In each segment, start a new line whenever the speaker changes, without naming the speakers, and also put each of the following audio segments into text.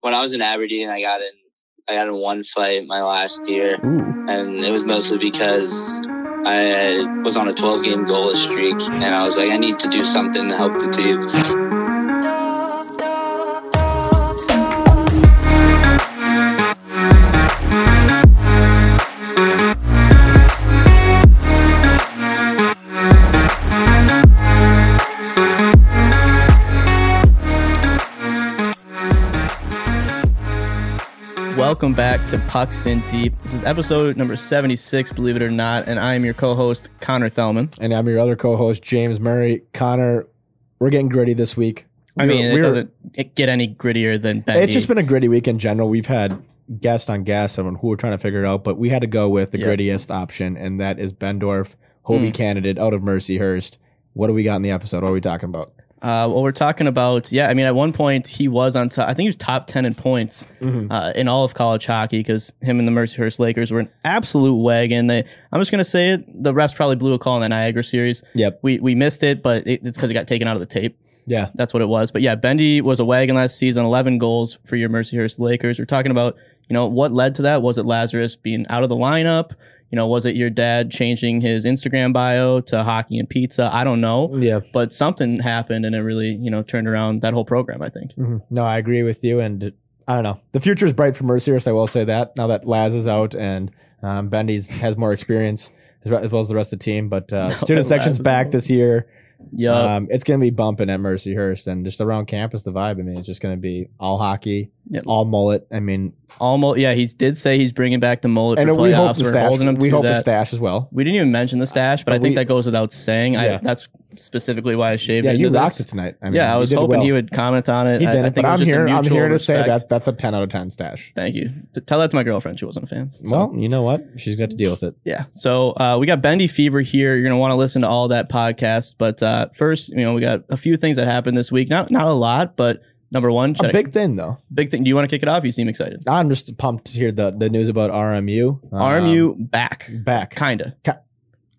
When I was in Aberdeen, I got in I got in one fight my last year, and it was mostly because I was on a 12 game goalless streak, and I was like, I need to do something to help the team.
Welcome back to Pucks in Deep. This is episode number 76, believe it or not, and I am your co host, Connor Thelman.
And I'm your other co-host, James Murray. Connor, we're getting gritty this week.
I
We were-
mean,
we
it
were-
doesn't it get any grittier than Ben.
It's just been a gritty week in general. We've had guest on guest on who we're trying to figure it out, but we had to go with the
Yeah.
grittiest option, and that is Bendorf, Hobie candidate out of Mercyhurst. What do we got in the episode? What are we talking about?
Uh, well, we're talking about, yeah, I mean, at one point he was on top, I think he was top 10 in points
Mm-hmm.
uh, in all of college hockey because him and the Mercyhurst Lakers were an absolute wagon. They, I'm just going to say it. The refs probably blew a call in the Niagara series.
Yep.
We, we missed it, but it, it's because it got taken out of the tape.
Yeah.
That's what it was. But yeah, Bendy was a wagon last season, 11 goals for your Mercyhurst Lakers. We're talking about, you know, what led to that? Was it Lazarus being out of the lineup? You know, was it your dad changing his Instagram bio to hockey and pizza? I don't know.
Yeah.
But something happened and it really, you know, turned around that whole program, I think.
Mhm. No, I agree with you. And I don't know. The future is bright for Mercyhurst. I will say that now that Laz is out and um, Bendy's has more experience as re- as well as the rest of the team. But uh, student
that
section's
Laz is out.
back this year.
Yeah.
um, it's going to be bumping at Mercyhurst and just around campus. The vibe, I mean, it's just going to be all hockey,
Yeah.
all mullet. I mean,
almost. Yeah. He did say he's bringing back the mullet
and
for
we hope
playoffs.
the
We're
stash.
holding him to
We hope
that.
the stash as well.
we didn't even mention the stash, but I
But
think
we-
that goes without saying. I,
Yeah.
that's specifically why I shaved
Yeah,
into
you
this.
rocked it tonight. I mean,
yeah, I
you
was
did
hoping
well.
he would comment on it.
He
I-
didn't,
I, think
but
it was
I'm
just a
here. I'm
mutual
here to say
respect.
that that's a 10 out of 10 stash.
Thank you. T- tell that to my girlfriend. She wasn't a fan. So,
Well, you know what? She's got to deal with it.
yeah. So uh, we got Bendy Fever here. You're gonna want to listen to all that podcast. But uh, first, you know, we got a few things that happened this week. Not not a lot, but number one, should
A
I-
big thing though.
big thing. Do you want to kick it off? You seem excited.
I'm just pumped to hear the, the news about RMU. Um,
RMU back,
back.
kinda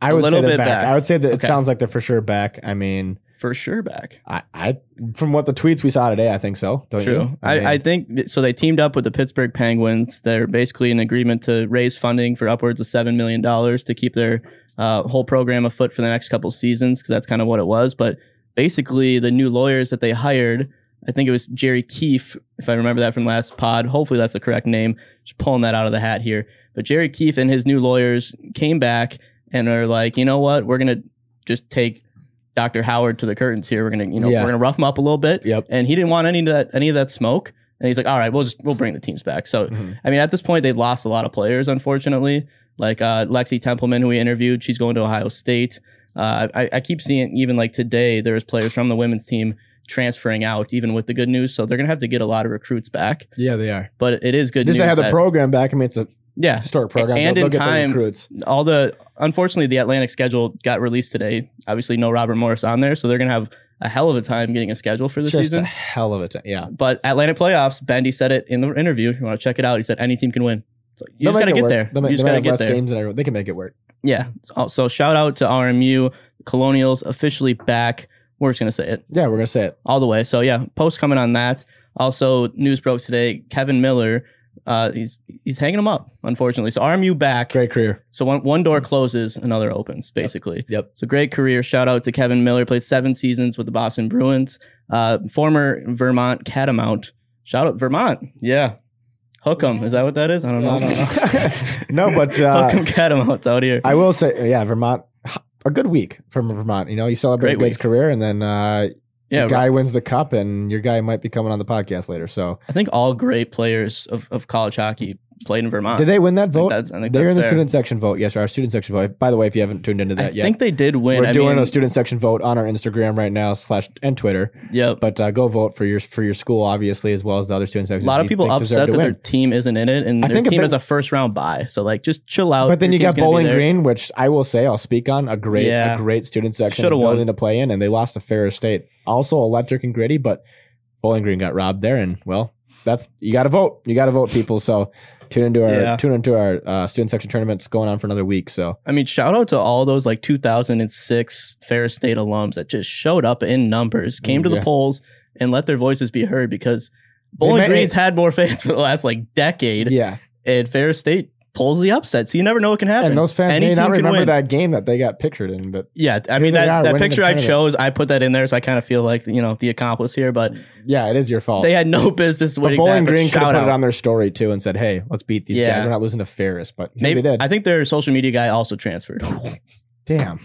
I
a
would
little
say they're
bit
back.
back.
I would say that it
Okay.
sounds like they're for sure back. I mean,
for sure back.
I, I from what the tweets we saw today, I think so. Don't
True.
you?
I,
mean-
I think th- so. They teamed up with the Pittsburgh Penguins. They're basically in agreement to raise funding for upwards of seven million dollars to keep their uh, whole program afoot for the next couple seasons because that's kind of what it was. But basically, the new lawyers that they hired, I think it was Jerry Keefe, if I remember that from last pod. Hopefully, that's the correct name. Just pulling that out of the hat here. But Jerry Keefe and his new lawyers came back and are like, you know what? We're gonna just take Dr. Howard to the curtains here. We're gonna, you know,
Yeah.
we're gonna rough him up a little bit
Yep.
and he didn't want any of that any of that smoke. And he's like, "All right, we'll just we'll bring the teams back." So,
Mhm.
I mean, at this point, they lost a lot of players, unfortunately. Like uh, Lexi Templeman, who we interviewed, she's going to Ohio State. Uh, I, I keep seeing even like today, there was players from the women's team transferring out, even with the good news. So they're gonna have to get a lot of recruits back.
Yeah, they are.
But it is good
Just
news.
to have the
that-
program back. I mean, it's a
yeah,
historic program.
And
They'll-
in
they'll get their
time-
recruits.
all the unfortunately the Atlantic schedule got released today. Obviously, no Robert Morris on there, so they're gonna have a hell of a time getting a schedule for the
Just
season.
a hell of a time. Yeah,
But Atlantic playoffs, Bendy said it in the interview. If you want to check it out, he said any team can win. So you
They'll
just
make
got to
it
get
work.
there.
They'll make-
you just got
they'll
to
have
get
less
there.
Games than everyone. They can make it work.
Yeah. So, so shout out to RMU. Colonials officially back. We're just going to say it
Yeah, we're gonna say it.
all the way. So yeah, post coming on that. Also, news broke today. Kevin Miller, uh, he's he's hanging them up, unfortunately. So RMU back.
Great career.
So one, one door closes, another opens, basically.
Yep.
So great career. Shout out to Kevin Miller. Played seven seasons with the Boston Bruins. Uh, former Vermont Catamount. Shout out Vermont. Yeah. Hook 'em. Is that what that is? I don't know.
no, but
Hook
uh,
'em catamounts out here.
I will say, yeah, Vermont, a good week from Vermont. You know, you celebrate
Great
Wade's
week.
career, and then uh,
yeah,
the guy wins the cup, and your guy might be coming on the podcast later. So,
I think all great players of, of college hockey played in Vermont.
did they win that vote?
that's- I think
They're
that's
in the
fair.
student section vote. Yes, our student section vote. By the way, if you haven't tuned into that
I
yet,
think they did win.
we're
I
doing
mean,
a student section vote on our Instagram right now slash and Twitter.
Yep.
But uh, go vote for your for your school, obviously, as well as the other student
a
sections.
lot of
you
people
think deserve
upset
to
that their
win.
team isn't in it, and
I
their
think a
team
bit-
is a first round bye. So like, just chill out.
But then
Your
you got
team's gonna be
Bowling
there.
Green, which I will say I'll speak on a great
Yeah.
a great student section
Shoulda won.
building to play in, and they lost to Ferris State. Also electric and gritty, but Bowling Green got robbed there, and well, that's you got to vote. You got to vote, people. So tune into our
Yeah.
tune into our uh, student section tournaments going on for another week. So
I mean, shout out to all those like 2006 Ferris State alums that just showed up in numbers, came to
Yeah.
the polls, and let their voices be heard because Bowling
may-
Green's had more fans for the last like decade,
yeah,
and Ferris State pulls the upset. So you never know what can happen.
and those fans
Any
may
team
not
can
remember
win.
that game that they got pictured in, but
Yeah, I
Here
mean
they
that,
are,
that
winning the
picture I
tournament.
chose, I put that in there, so I kind of feel like you know the accomplice here, but
yeah, it is your fault.
they had no business
but
winning
Oh. Bowling
that.
Green
but
could have
shout
put
out.
it on their story too and said, "Hey, let's beat these
Yeah.
guys. We're not losing to Ferris." But
Maybe
maybe they did.
I think their social media guy also transferred.
Damn.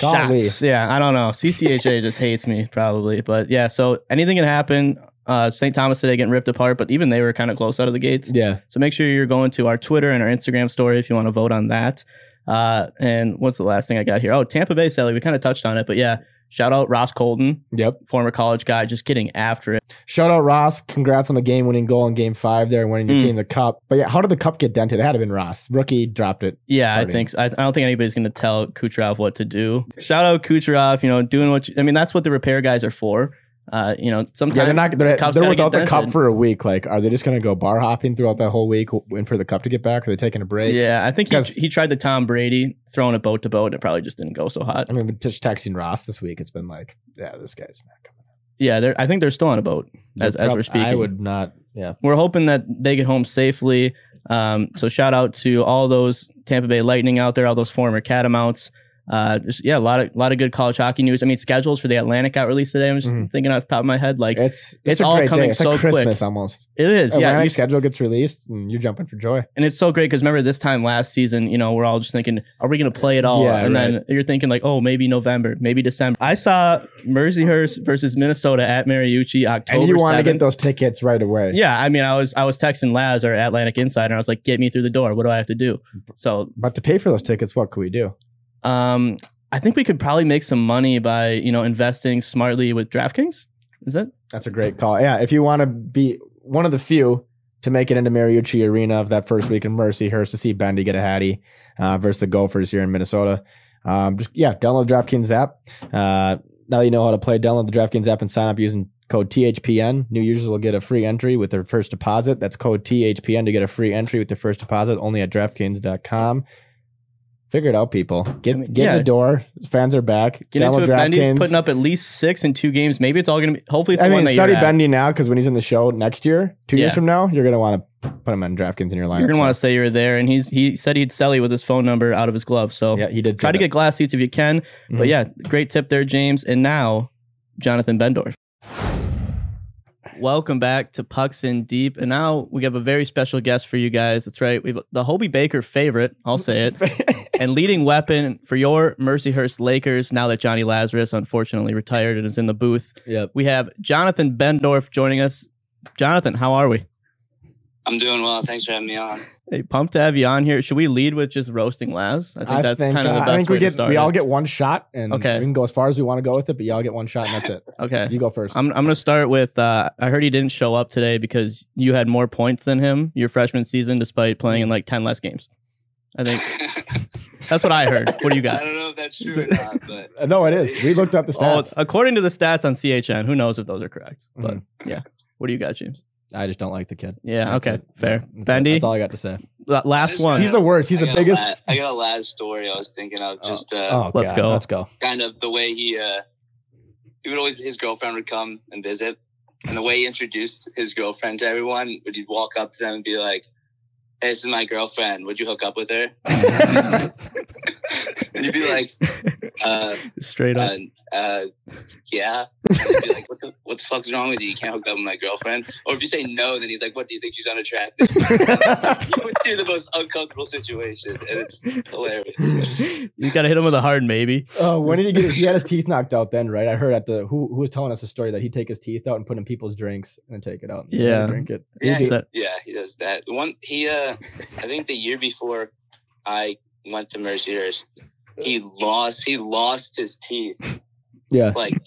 Golly.
Shots. Yeah, I don't know. CCHA just hates me probably, but yeah. So anything can happen. Uh, St. Thomas today getting ripped apart, but even they were kind of close out of the gates.
Yeah.
So make sure you're going to our Twitter and our Instagram story if you want to vote on that. Uh, and what's the last thing I got here? Oh, Tampa Bay Sally. We kind of touched on it, but yeah. Shout out Ross Colton,
Yep.
former college guy, just getting after it.
Shout out Ross. Congrats on the game winning goal in game five there and winning your
Mm.
team the cup. But yeah, how did the cup get dented? It had to have been Ross. Rookie dropped it.
Yeah,
Party.
I think so. I, I don't think anybody's going to tell Kucherov what to do. Shout out Kucherov, you know, doing what you, I mean. That's what the repair guys are for. Uh, you know, sometimes
Yeah, they're not they're,
cup's
they're
gotta get
without the cup
dented.
for a week. Like, are they just gonna go bar hopping throughout that whole week and for the cup to get back? Are they taking a break?
Yeah, I think he,
Because-
he tried the Tom Brady throwing a boat to boat, and it probably just didn't go so hot.
I mean, but just texting Ross this week, it's been like, yeah, this guy's not coming.
Yeah, they're, I think they're still on a boat as,
The
as we're
cup- I
speaking.
would not. Yeah.
We're hoping that they get home safely. Um, so shout out to all those Tampa Bay Lightning out there, all those former Catamounts. Uh, just, yeah, a lot of lot of good college hockey news. I mean, schedules for the Atlantic got released today. I'm just
Mhm.
thinking off the top of my head, like
It's it's,
it's
a
all
great
coming
day. It's
so
like
quick.
Christmas almost.
it is. yeah,
Atlantic
you-
schedule gets released and you're jumping for joy.
and it's so great because remember this time last season, you know, we're all just thinking, are we going to play it all?
Yeah,
and then you're thinking like, oh, maybe November, maybe December. I saw Mercyhurst versus Minnesota at Mariucci October.
And you want to
7th.
get those tickets right away.
Yeah, I mean, I was I was texting Laz or Atlantic Insider. I was like, get me through the door. What do I have to do? So,
But to pay for those tickets, what could we do?
um, I think we could probably make some money by you know investing smartly with DraftKings. Is that
That's a great call. Yeah, if you want to be one of the few to make it into Mariucci Arena of that first week in Mercyhurst to see Bendy get a hattie uh, versus the Gophers here in Minnesota, um, just yeah, download the DraftKings app. Uh, now you know how to play. Download the DraftKings app and sign up using code THPN. New users will get a free entry with their first deposit. That's code THPN to get a free entry with their first deposit only at DraftKings.com. Figure it out, people. Get
I mean,
get in
yeah.
the door. Fans are back.
get
Download
into it? Bendy's
DraftKings.
putting up at least six in two games. Maybe it's all gonna be. Hopefully, it's
I
the
mean,
one that
study
you're at.
Bendy now because when he's in the show next year, two years
Yeah.
from now, you're gonna want to put him on DraftKings in your lineup.
You're gonna want to say you're there, and he's he said he'd sell you with his phone number out of his glove. So
Yeah, he did.
try
say
to
that.
get glass seats if you can.
Mhm.
But yeah, great tip there, James. And now, Jonathan Bendorf. Welcome back to Pucks in Deep. And now we have a very special guest for you guys. That's right. We've the Hobie Baker favorite, I'll say it, and leading weapon for your Mercyhurst Lakers now that Johnny Lazarus unfortunately retired and is in the booth.
Yep.
We have Jonathan Bendorf joining us. Jonathan, how are we?
I'm doing well. Thanks for having me on.
Hey, pumped to have you on here. Should we lead with just roasting Laz? I think that's kind of the
uh,
best
I think
way
we
to
get
start.
we
it.
all get one shot, and
Okay.
we can go as far as we want to go with it. But y'all get one shot, and that's it.
okay.
You go first.
I'm I'm gonna start with. Uh, I heard he didn't show up today because you had more points than him your freshman season, despite playing in like ten less games. I think that's what I heard. What do
I
you got?
don't know if that's true or not, but
Uh, no, it is. We looked up the
Oh,
stats.
according to the stats on CHN, who knows if those are correct? But
Mhm.
yeah, what do you got, James?
I just don't like the kid.
Yeah,
That's
okay,
it.
fair.
That's it.
Bendy,
that's all I got to say.
la- last one.
He's the worst. He's
I
the
got a
biggest.
last- I got a last story I was thinking of, just uh,
oh,
Let's
God.
go.
Let's go.
kind of the way he uh, he would always his girlfriend would come and visit, and the way he introduced his girlfriend to everyone would he'd walk up to them and be like, hey, "This is my girlfriend. Would you hook up with her?" and you'd be like, uh,
Straight up.
uh, uh, yeah. I'd be like, what the, what the fuck's wrong with you? You can't hook up with my girlfriend. Or if you say no, then he's like, what do you think? She's unattractive. you went through the most uncomfortable situation, and it's hilarious.
you gotta hit him with a hard maybe.
Oh, when did he get? He had his teeth knocked out then, right? I heard at the who who was telling us a story that he'd take his teeth out and put in people's drinks and then take it out. And
Yeah.
drink it.
Yeah,
Is that-
Yeah, he does that. The One he uh I think the year before I went to Mercer's, he lost he lost his teeth
Yeah.
like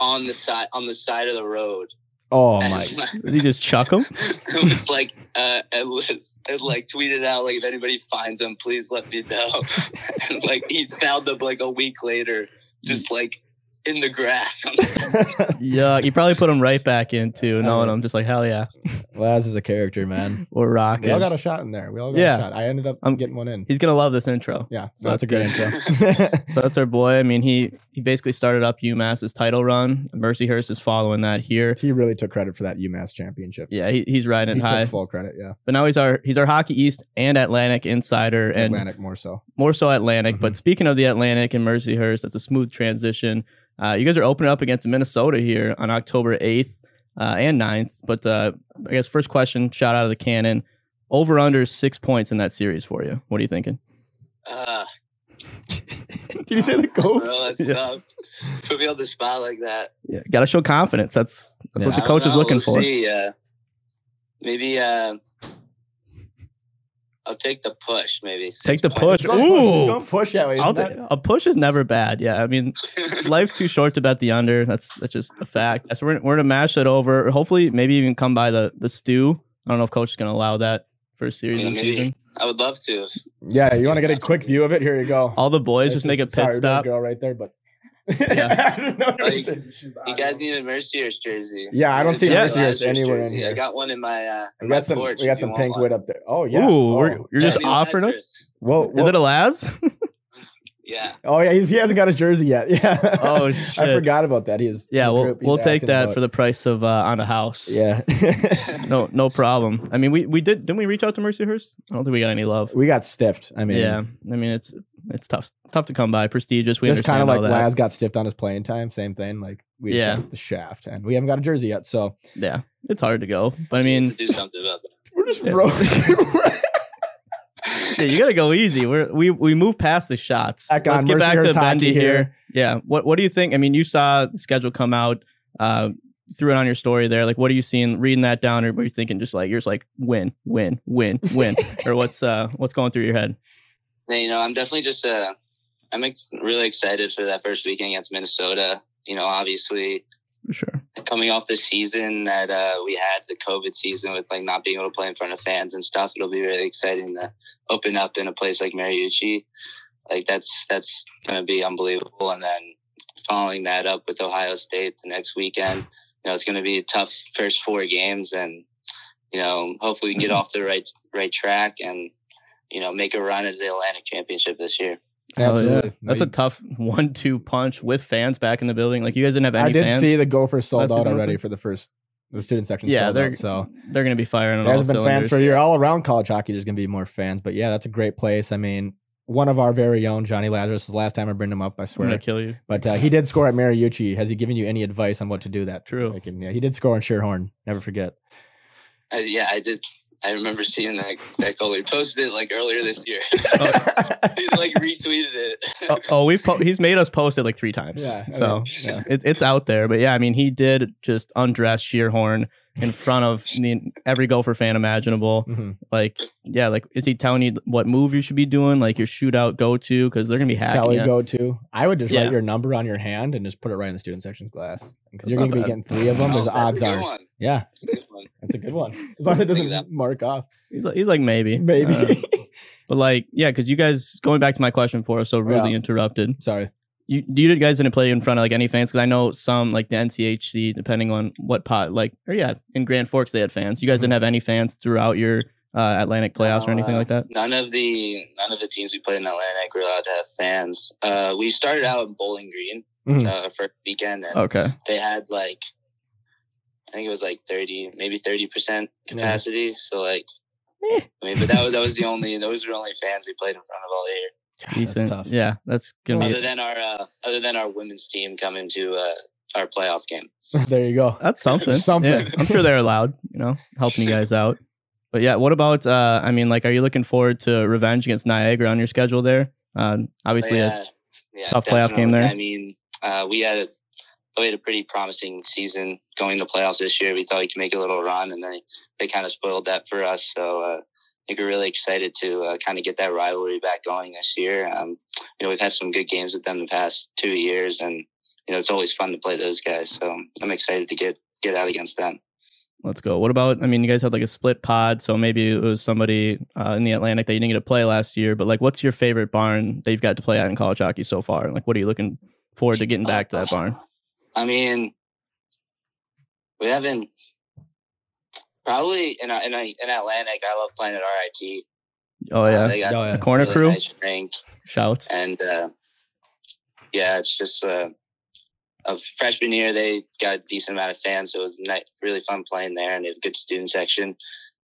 on the side on the side of the road.
Oh
And
my.
Did he just chuck him?
it was like uh it was it like tweeted out like if anybody finds him, please let me know. and like he found them like a week later, just like in the grass on the
Yeah, you probably put him right back in too, knowing I'm just like, hell yeah,
Laz is a character, man.
we're
We all
rocking.
got a shot in there. We all got
Yeah.
a shot. I ended up
I'm-
getting one in.
He's gonna love this intro.
Yeah, so
That's
that's, a great
good.
intro.
So that's our boy. I mean, he he basically started up UMass's title run. Mercyhurst is following that here.
he really took credit for that UMass championship.
Yeah, he, he's riding
he
it high.
took full credit. Yeah,
But now he's our he's our Hockey East and Atlantic insider, and
Atlantic more so.
more so Atlantic.
Mhm.
But speaking of the Atlantic and Mercyhurst, that's a smooth transition. Uh, you guys are opening up against Minnesota here on October 8th uh, and 9th. But uh, I guess first question, shot out of the cannon. Over under is six points in that series for you. What are you thinking?
uh
Did you say the
bro, that's
Yeah.
tough. Put me on the spot like that.
Yeah, got to show confidence. That's that's
Yeah,
what the
I
coach
don't
is
know.
looking
We'll
for.
See, uh, maybe uh, I'll take the push. Maybe
Take the
Six points.
push. Ooh,
don't push that way.
I'll ta- a push is never bad. Yeah, I mean, life's too short to bet the under. That's that's just a fact. So we're we're gonna mash that over. Hopefully, maybe even come by the the stew. I don't know if coach is gonna allow that for a series
Yeah,
and
maybe.
season.
I would love to. if-
yeah, you want to get a quick view of it? Here you go.
All the boys just
This
make a
is-
pit
sorry, there's
stop.
Girl, right there, but
Yeah.
I don't know.
Oh, you- You guys need a Mercier's jersey.
Yeah, I don't see
Yeah.
Mercier's anywhere in
jersey.
here.
I got one in my. Uh,
we
in my
got some.
porch
We
if
got
you
some
want
pink
one.
wit up there. Oh yeah.
Ooh,
oh.
we're- you're
Yeah,
just
I mean,
offering us.
Lazarus.
Whoa, whoa.
Is it a Laz?
Yeah,
oh yeah, he's, he hasn't got his jersey yet. Yeah.
Oh,
I
shit.
forgot about that. He's
yeah,
the
we'll
group he's
we'll take
asking
that
about.
for the price of uh, on a house.
Yeah.
No, no problem. I mean, we, we did didn't we reach out to Mercyhurst? I don't think we got any love.
we got stiffed. I mean,
yeah, I mean it's it's tough tough to come by. Prestigious. We
just kind
understand
of like
all that.
Laz got stiffed on his playing time. Same thing. Like we
Yeah.
just got the shaft, and we haven't got a jersey yet. So
Yeah, it's hard to go. But I mean,
do something about that.
we're just
Yeah.
rolling.
yeah, you got to go easy. We're, we we move past the shots.
Back
Let's
on
get back to
Mercyhurst hockey
Bendy here.
here.
Yeah. What what do you think? I mean, you saw the schedule come out. Uh, threw it on your story there. Like, what are you seeing? Reading that down, or were you thinking just like you're just like win, win, win, win, or what's uh what's going through your head?
Yeah, you know, I'm definitely just. Uh, I'm ex- really excited for that first weekend against Minnesota. You know, obviously,
For sure.
coming off the season that uh, we had the COVID season with like not being able to play in front of fans and stuff. It'll be really exciting to open up in a place like Mariucci. Like that's that's gonna be unbelievable. And then following that up with Ohio State the next weekend, you know, it's gonna be a tough first four games, and you know, hopefully we get off the right right track and you know make a run at the Atlantic Championship this year.
Hell yeah.
Absolutely. No,
That's a
you-
tough one-two punch with fans back in the building. Like you guys didn't have any.
I did
fans.
see the Gophers sold
Last
out
season
already
open?
for the first the student section.
Yeah,
sold
they're-
out, so
They're going to be firing on
there
all
hasn't been
cylinders.
fans for a year. All around college hockey, there's going to be more fans. But yeah, that's a great place. I mean, one of our very own Johnny Lazarus. This is the last time I bring him up, I
I'm
swear.
going to kill you.
But uh, he did score at Mariucci. Has he given you any advice on what to do that?
True.
Like, yeah, he did score on Sherhorn. Never forget.
Uh, yeah, I did. I remember seeing that that goal. We posted it like earlier this year. he like retweeted it.
oh, oh, we've po- he's made us post it like three times.
Yeah, I
so
mean, yeah.
it, it's out there. But yeah, I mean, he did just undress Sheerhorn in front of the, every Gopher fan imaginable.
Mhm.
Like, yeah, like is he telling you what move you should be doing? Like your shootout go to because they're gonna be hacking.
Sally
you.
go to. I would just
Yeah.
write your number on your hand and just put it right in the student section's glass because
That's
you're
not
going to be
bad.
getting three of them. There's
Oh,
odds
that's a good
are.
one.
Yeah,
That's a good one.
that's a good one. As long as it
Think of
doesn't mark off,
He's like, he's like maybe,
maybe.
Uh, but like, yeah, because you guys going back to my question for us, so rudely
Yeah.
interrupted.
Sorry.
You you guys didn't play in front of like any fans because I know some like the NCHC, depending on what pot, like or yeah, in Grand Forks they had fans. You
Mm-hmm.
guys didn't have any fans throughout your uh, Atlantic playoffs or anything
Uh,
like that.
None of the none of the teams we played in Atlantic were allowed to have fans. Uh, we started out in Bowling Green
Hmm.
Mhm.
uh, for weekend, and
Okay.
they had like I think it was like thirty, maybe thirty percent
Yeah.
capacity. So like, I mean, but that was that was the only those were the only fans we played in front of all year.
decent.
tough.
Yeah, that's gonna be.
Other than our uh, other than our women's team coming to uh, our playoff game.
there you go.
That's something.
Something.
Yeah, I'm sure they're allowed, you know, helping you guys out. But yeah, what about uh I mean like are you looking forward to revenge against Niagara on your schedule there? Uh, obviously a-
yeah, yeah,
tough playoff game
definitely.
there.
I mean, uh, we had a we had a pretty promising season going to playoffs this year. We thought we could make a little run, and they they kind of spoiled that for us. So uh, I think we're really excited to uh, kind of get that rivalry back going this year. Um, you know, we've had some good games with them the past two years, and you know it's always fun to play those guys. So I'm excited to get get out against them.
let's go. What about I mean you guys had like a split pod, so maybe it was somebody uh, in the Atlantic that you didn't get to play last year, but like what's your favorite barn that you've got to play at in college hockey so far? Like what are you looking forward to getting back to that barn?
Uh, I mean, we haven't probably in in in Atlantic. I love playing at RIT.
Oh
Uh,
yeah.
they got
Oh, yeah.
The corner
really
crew
nice rink,
shouts.
and uh, yeah, it's just uh, a freshman year they got a decent amount of fans, so it was ni- really fun playing there, and they have a good student section.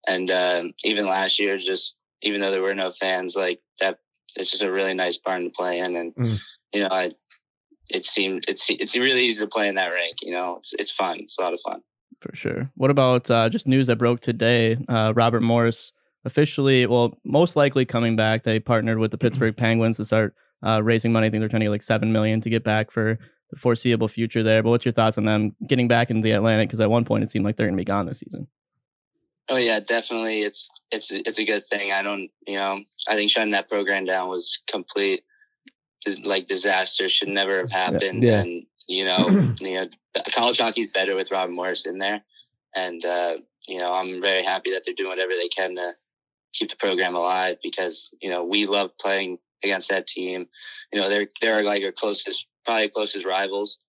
And um even last year, just even though there were no fans, like that, it's just a really nice barn to play in, and
Mm.
you know, I it seemed it's it's really easy to play in that rink. You know, it's it's fun, it's a lot of fun.
for sure. What about uh, just news that broke today? Uh, Robert Morris officially, well, most likely coming back. They partnered with the
Mm-hmm.
Pittsburgh Penguins to start uh, raising money. I think they're trying to get like seven million to get back for the foreseeable future there. But what's your thoughts on them getting back into the Atlantic? Because at one point it seemed like they're going to be gone this season.
Oh yeah, definitely. It's it's it's a good thing. I don't, you know, I think shutting that program down was complete di- like disaster. Should never have happened.
Yeah.
And you know, you know, college hockey's better with Rob Morris in there. And uh, you know, I'm very happy that they're doing whatever they can to keep the program alive because you know we love playing against that team. You know, they're they're like our closest, probably closest rivals.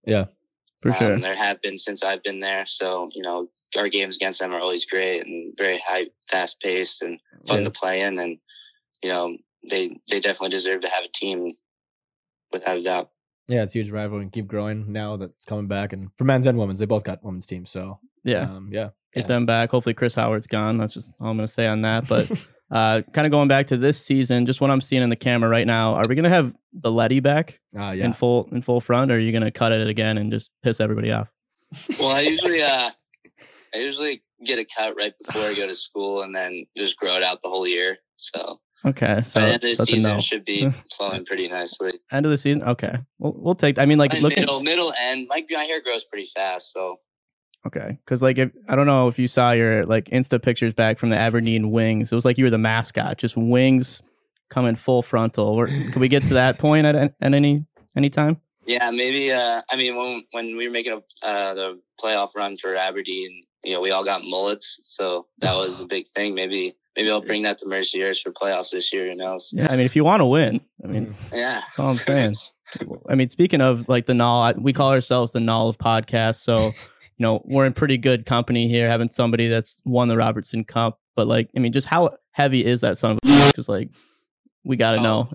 For
Um,
sure.
There have been since I've been there. So, you know, our games against them are always great and very high, fast paced and fun
Yeah.
to play in. And, you know, they, they definitely deserve to have a team without a doubt.
Yeah, it's a huge rivalry and keep growing now that it's coming back. And for men's and women's, they both got women's teams. So
Yeah.
um, yeah.
Get them back. Hopefully Chris Howard's gone. That's just all I'm going to say on that. But uh, kind of going back to this season, just what I'm seeing in the camera right now, are we going to have the Letty back
Ah,
Uh,
in
yeah.
full in full front, or are you going to cut it again and just piss everybody off?
Well, I usually, uh, I usually get a cut right before I go to school and then just grow it out the whole year. So,
Okay, so
by the end of
that's
the
a
season
no.
should be flowing pretty nicely.
End of the season. Okay, we'll we'll take. I mean, like
My
looking.
middle, middle end, my, my hair grows pretty fast. So,
Okay, because like if, I don't know if you saw your like Insta pictures back from the Aberdeen Wings. It was like you were the mascot, just wings coming full frontal. Or can we get to that point at, at any any time?
Yeah, maybe. Uh, I mean, when when we were making a, uh, the playoff run for Aberdeen, you know, we all got mullets, so that was a big thing. Maybe maybe I'll bring that to Mercier's for playoffs this year. Who knows?
Yeah, I mean, if you want to win, I
Mm-hmm.
mean,
Yeah,
That's all I'm saying. I mean, speaking of like the null, I- we call ourselves the null of podcasts. So, you know, we're in pretty good company here, having somebody that's won the Robertson Cup. But like, I mean, just how heavy is that son of a? Because like, we gotta
Oh,
know.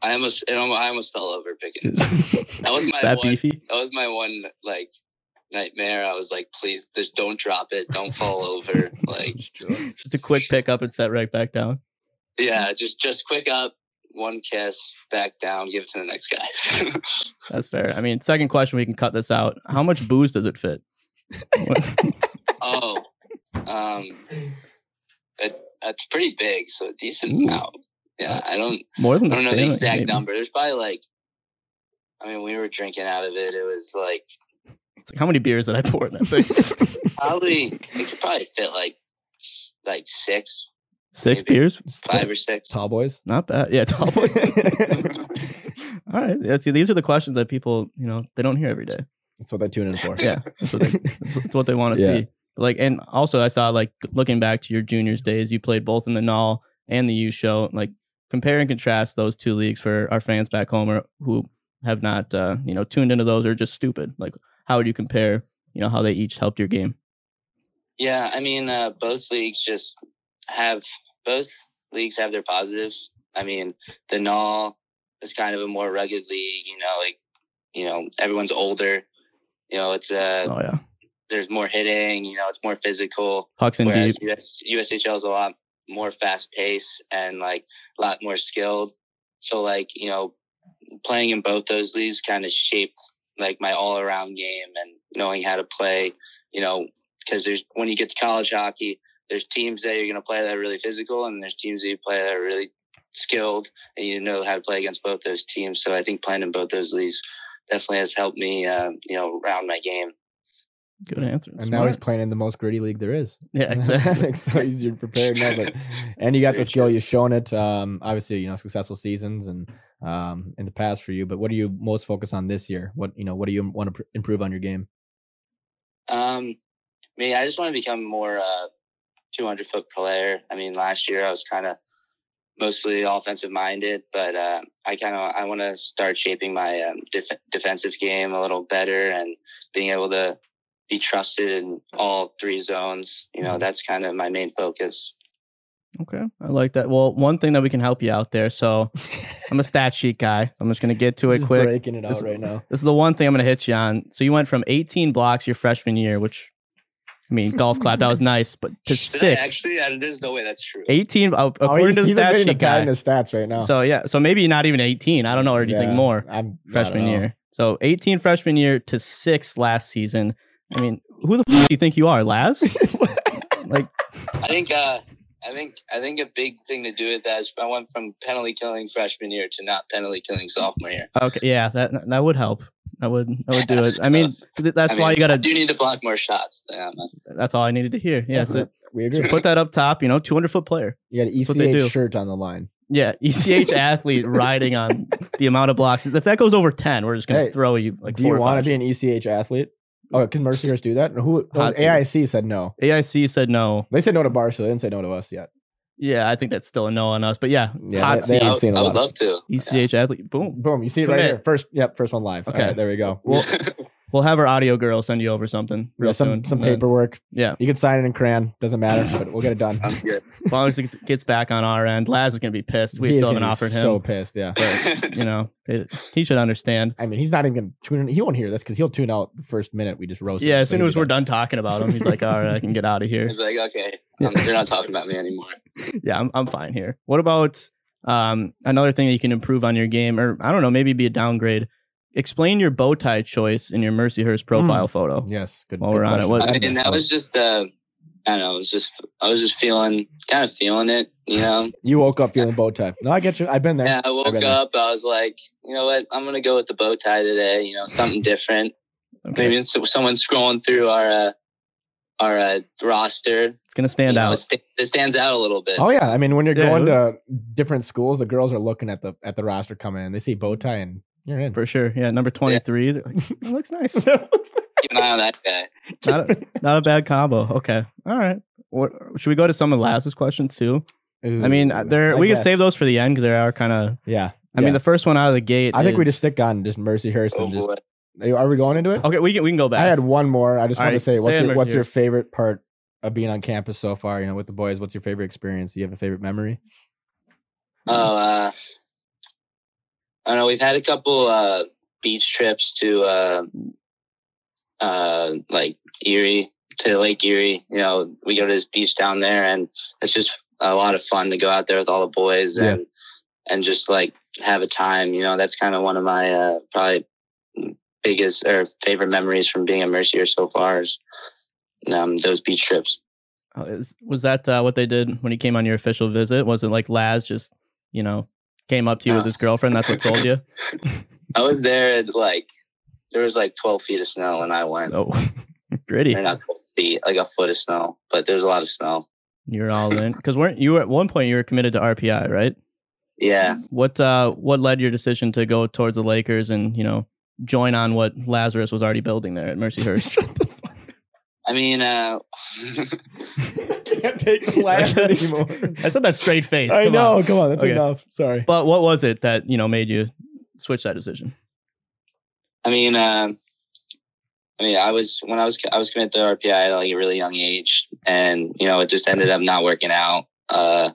I almost I almost, I almost fell over picking. it up.
Is
That was my
that
one.
beefy?
That was my one like nightmare. I was like, please, just don't drop it. Don't fall over. Like,
Just a quick pick up and set right back down.
yeah, just just quick up, one kiss, back down, give it to the next guy.
That's fair. I mean, second question, we can cut this out. How much booze does it fit?
Oh, um, it, that's pretty big, so a decent
Ooh.
amount. Yeah, I don't,
More
I
than
don't know the
same,
exact
maybe.
number. There's probably like, I mean, we were drinking out of it. It was like
It's like, how many beers did I pour in that thing?
probably it could probably fit like s- like six,
Six
Maybe.
beers.
five or six.
Tall boys.
Not bad. Yeah, tall boy. All right. Yeah, see, these are the questions that people, you know, they don't hear every day.
That's what they tune in for.
Yeah. That's what they, that's what they want to
Yeah.
see. Like, and also, I saw, like, looking back to your juniors days, you played both in the NAL and the U show. Like, compare and contrast those two leagues for our fans back home or who have not, uh, you know, tuned into those or just stupid. Like, how would you compare, you know, how they each helped your game?
Yeah, I mean, uh, both leagues just have both leagues have their positives. I mean, the Null is kind of a more rugged league. You know, like you know, everyone's older. You know, it's uh,
oh, yeah.
there's more hitting. You know, it's more physical.
Pucks in deep.
Whereas US, USHL is a lot more fast paced and like a lot more skilled. So like, you know, playing in both those leagues kind of shaped like my all around game and knowing how to play, you know, cause there's, when you get to college hockey, there's teams that you're going to play that are really physical and there's teams that you play that are really skilled and you know how to play against both those teams. So I think playing in both those leagues definitely has helped me, uh, you know, round my game.
Good answer.
And now he's
Smart.
playing in the most gritty league there is.
yeah, exactly.
so he's- you're prepared now, but and you got the
Very
skill.
true.
You've shown it. Um, obviously, you know successful seasons and um in the past for you. But what are you most focused on this year? What you know? What do you want to pr- improve on your game?
Um, I mean, I just want to become more uh, 200 foot player. I mean, last year I was kind of mostly offensive minded, but uh, I kind of I want to start shaping my um, def- defensive game a little better and being able to be trusted in all three zones. You know, that's kind of my main focus.
Okay, I like that. Well, one thing that we can help you out there. So, I'm a stat sheet guy. I'm just gonna get to it
Just
quick.
breaking it out
This-
right now.
This is the one thing I'm gonna hit you on. So you went from 18 blocks your freshman year, which I mean, golf clap that was nice, but to
Did I
six,
actually, I, there's no way that's true.
18 uh,
Oh,
according
he's-
to the
he's
stat
admitting to
sheet
padding
guy.
His stats right now.
So yeah, so maybe not even 18. I don't know, or do you think
Yeah,
more?
I'm I
freshman
don't know.
year. So 18 freshman year to six last season. I mean, who the f- do you think you are, Laz? like,
I think uh, I think I think a big thing to do with that is I went from penalty killing freshman year to not penalty killing sophomore year.
okay, yeah, that that would help. That would that would do it. I mean, th- that's
I mean,
why you
I
gotta.
do need to block more shots. Yeah, man.
That's all I needed to hear. Yeah, so
We agree.
just put that up top. You know, 200 foot player.
You got an
That's what they do.
ECH shirt on the line.
Yeah, ECH athlete riding on the amount of blocks. If that goes over 10, we're just gonna
Hey,
throw you like.
do you
want
want to be an ECH athlete? Oh, can Mercyhurst do that? Who
Hot seat.
AIC said no.
AIC said no.
They said no to Barca. They didn't say no to us yet.
Yeah, I think that's still a no on us. But yeah,
Yeah,
hot
they-
seat.
they-
I
ain't
would,
seen a
I
lot
would
of
love to.
ECH athlete. Boom.
Boom! You see it right
Commit.
here. First, yep, first one live.
Okay.
Okay, there we go.
Well, we'll have our audio girl send you over something real
yeah, some
soon.
some
and then-
paperwork.
yeah,
You can sign it in cran. Doesn't matter, but we'll get it done.
Uh,
I'm good.
as long as it gets- gets back on our end, Laz is gonna be pissed. We
He is
still haven't
gonna be
offered him.
So pissed. Yeah.
you know, it, he should understand.
I mean, he's not even gonna tune in. He won't hear this because he'll tune out the first minute we just roasted.
Yeah,
him,
as
so
soon
he'll
as
be
we're done talking about him, he's like, "All right, I can get out of here."
It's like, okay, um, they're not talking about me anymore.
yeah, I'm, I'm fine here. What about um, another thing that you can improve on your game, or I don't know, maybe be a downgrade? Explain your bow tie choice in your Mercyhurst
Mm.
profile photo.
Yes. Good.
While
good
we're on it,
question.
what-
I
That's
mean,
nice.
that was just uh, I don't know. It was just I was just feeling kind of feeling it. You know,
you woke up feeling bow tie. No, I get you. I've been there.
yeah. I woke
been there.
up. I was like, you know what? I'm gonna go with the bow tie today. You know, something different.
Okay.
Maybe it's someone scrolling through our uh, our uh, roster.
It's gonna stand
you know,
out.
It, sta- it stands out a little bit.
Oh yeah, I mean when you're
Yeah, it
going to different schools, the girls are looking at the at the roster coming in. They see bow tie and you're in.
for sure, yeah. Number twenty-three. They're like, "That looks nice.
Keep an eye on that guy.
Not a, not a bad combo. Okay, all right. What, should we go to some of Laz's questions too? I mean, uh, there
I
we could
guess.
save those for the end because there are kind of.
Yeah.
I mean, the first one out of the gate.
I think we
is-
just stick on just Mercyhurst
Oh
and just.
boy.
Are you- Are we going into it?
Okay, we can we can go back.
I had one more. I just
All
want
right,
to say, what's
say it,
your, what's your
Mercyhurst.
favorite part of being on campus so far? You know, with the boys, what's your favorite experience? Do you have a favorite memory?
Oh, uh, I don't know. We've had a couple uh, beach trips to uh, uh, like Erie to Lake Erie. You know, we go to this beach down there, and it's just a lot of fun to go out there with all the boys
Yeah.
and and just like have a time. You know, that's kind of one of my uh, probably biggest or favorite memories from being a Mercier so far is um, those beach trips.
Oh, is- was that uh, what they did when he came on your official visit? Was it like Laz just you know came up to you with
No.
his girlfriend? That's what sold you.
I was there at like there was like twelve feet of snow when I went.
Oh, gritty.
They're not twelve feet, like a foot of snow, but there's a lot of snow.
You're all in because weren't you were- at one point you were committed to RPI, right?
Yeah.
What uh what led your decision to go towards the Lakers and you know join on what Lazarus was already building there at Mercyhurst?
I mean, uh,
Can't take the
I said that straight face.
I
Come
know.
On.
Come on, that's
Okay.
enough. Sorry.
But what was it that you know made you switch that decision?
I mean, uh, I mean, I was when I was I was committed to RPI at like a really young age, and you know, it just ended up not working out uh,